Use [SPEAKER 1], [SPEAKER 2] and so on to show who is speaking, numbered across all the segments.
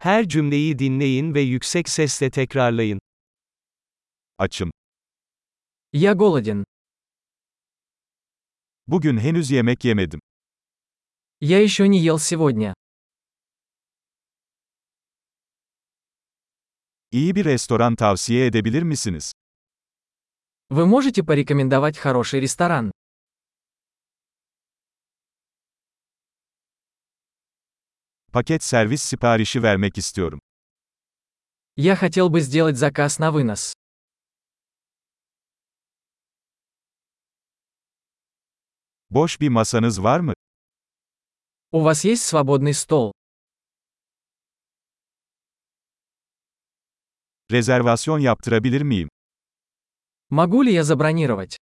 [SPEAKER 1] Her cümleyi dinleyin ve yüksek sesle tekrarlayın.
[SPEAKER 2] Açım.
[SPEAKER 3] Я голоден.
[SPEAKER 2] Bugün henüz yemek yemedim.
[SPEAKER 3] Я еще не ел сегодня.
[SPEAKER 2] İyi bir restoran tavsiye edebilir misiniz?
[SPEAKER 3] Вы можете порекомендовать хороший ресторан?
[SPEAKER 2] Paket servis siparişi vermek istiyorum.
[SPEAKER 3] Я хотел бы сделать заказ на вынос.
[SPEAKER 2] Boş bir masanız var mı?
[SPEAKER 3] У вас есть свободный стол?
[SPEAKER 2] Rezervasyon yaptırabilir miyim?
[SPEAKER 3] Могу ли я забронировать?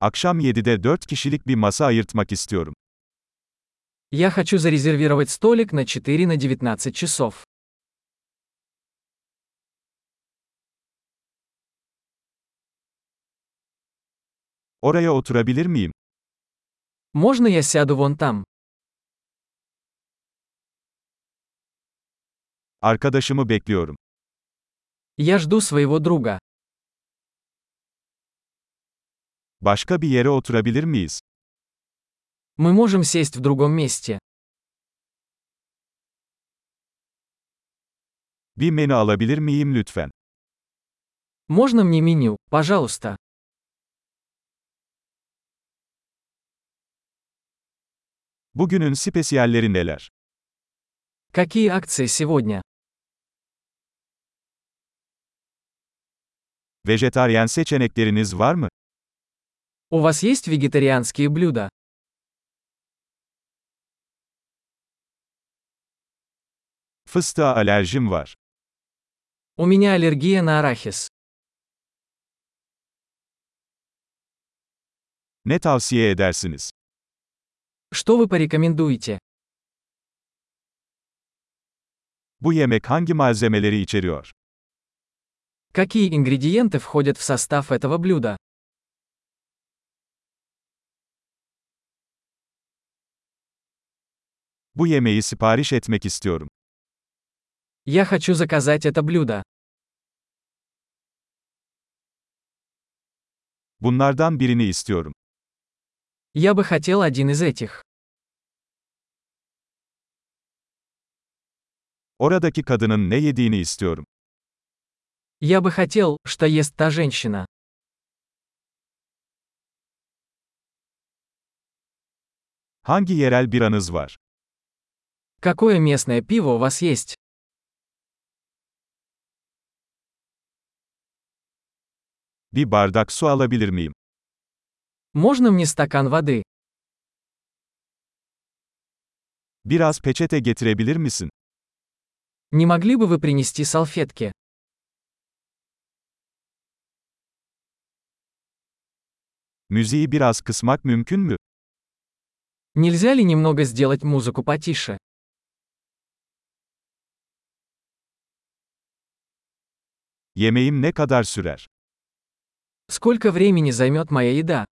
[SPEAKER 2] Akşam 7'de 4 kişilik bir masa ayırtmak istiyorum.
[SPEAKER 3] Я хочу зарезервировать столик на 4 на 19 часов.
[SPEAKER 2] Oraya oturabilir miyim?
[SPEAKER 3] Можно я сяду вон там?
[SPEAKER 2] Arkadaşımı bekliyorum.
[SPEAKER 3] Я жду своего друга.
[SPEAKER 2] Başka bir yere oturabilir miyiz?
[SPEAKER 3] Мы можем сесть в другом месте.
[SPEAKER 2] Bir menü alabilir miyim lütfen?
[SPEAKER 3] Можно мне меню, пожалуйста?
[SPEAKER 2] Bugünün spesiyalleri neler?
[SPEAKER 3] Какие акции сегодня?
[SPEAKER 2] Vejetaryen seçenekleriniz var mı?
[SPEAKER 3] У вас есть вегетарианские блюда?
[SPEAKER 2] Fıstığa alerjim var.
[SPEAKER 3] У меня аллергия на арахис.
[SPEAKER 2] Ne tavsiye edersiniz?
[SPEAKER 3] Что вы порекомендуете?
[SPEAKER 2] Bu yemek hangi malzemeleri içeriyor?
[SPEAKER 3] Какие ингредиенты входят в состав этого блюда?
[SPEAKER 2] Bu yemeği sipariş etmek istiyorum.
[SPEAKER 3] Я хочу заказать это блюдо.
[SPEAKER 2] Bunlardan birini istiyorum.
[SPEAKER 3] Я бы хотел один из этих.
[SPEAKER 2] Oradaki kadının ne yediğini istiyorum.
[SPEAKER 3] Я бы хотел, что ест та женщина.
[SPEAKER 2] Hangi yerel biranız var?
[SPEAKER 3] Какое местное пиво у вас есть?
[SPEAKER 2] Bir bardak su alabilir miyim?
[SPEAKER 3] Можно мне стакан воды?
[SPEAKER 2] Biraz peçete getirebilir misin?
[SPEAKER 3] Не могли бы вы принести салфетки?
[SPEAKER 2] Müziği biraz kısmak mümkün mü?
[SPEAKER 3] Нельзя ли немного сделать музыку потише?
[SPEAKER 2] Yemeğim ne kadar sürer?
[SPEAKER 3] Сколько времени займет моя еда?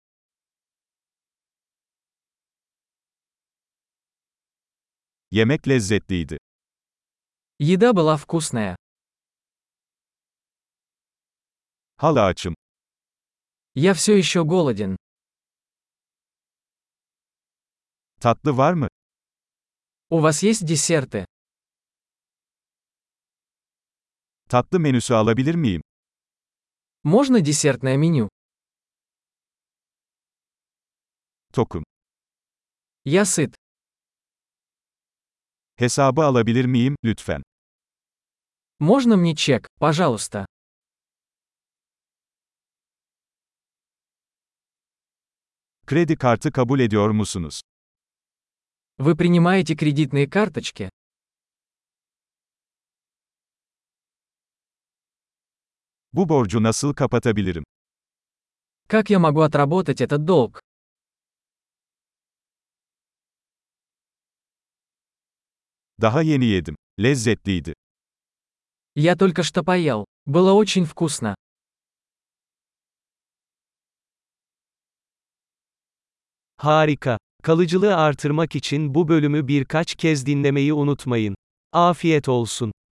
[SPEAKER 2] Yemek lezzetliydi.
[SPEAKER 3] Еда была вкусная.
[SPEAKER 2] Hala açım.
[SPEAKER 3] Я все еще голоден.
[SPEAKER 2] Tatlı var mı?
[SPEAKER 3] У вас есть десерты?
[SPEAKER 2] Tatlı menüsü alabilir miyim?
[SPEAKER 3] Можно десертное меню?
[SPEAKER 2] Tokum.
[SPEAKER 3] Я сыт.
[SPEAKER 2] Hesabı alabilir miyim, lütfen?
[SPEAKER 3] Можно мне чек, пожалуйста?
[SPEAKER 2] Kredi kartı kabul ediyor musunuz?
[SPEAKER 3] Вы принимаете кредитные карточки?
[SPEAKER 2] Bu borcu nasıl kapatabilirim?
[SPEAKER 3] Как я могу отработать этот долг?
[SPEAKER 2] Daha yeni yedim. Lezzetliydi.
[SPEAKER 3] Я только что поел. Было очень вкусно.
[SPEAKER 1] Harika.
[SPEAKER 3] Kalıcılığı artırmak için bu bölümü birkaç kez dinlemeyi unutmayın. Afiyet olsun.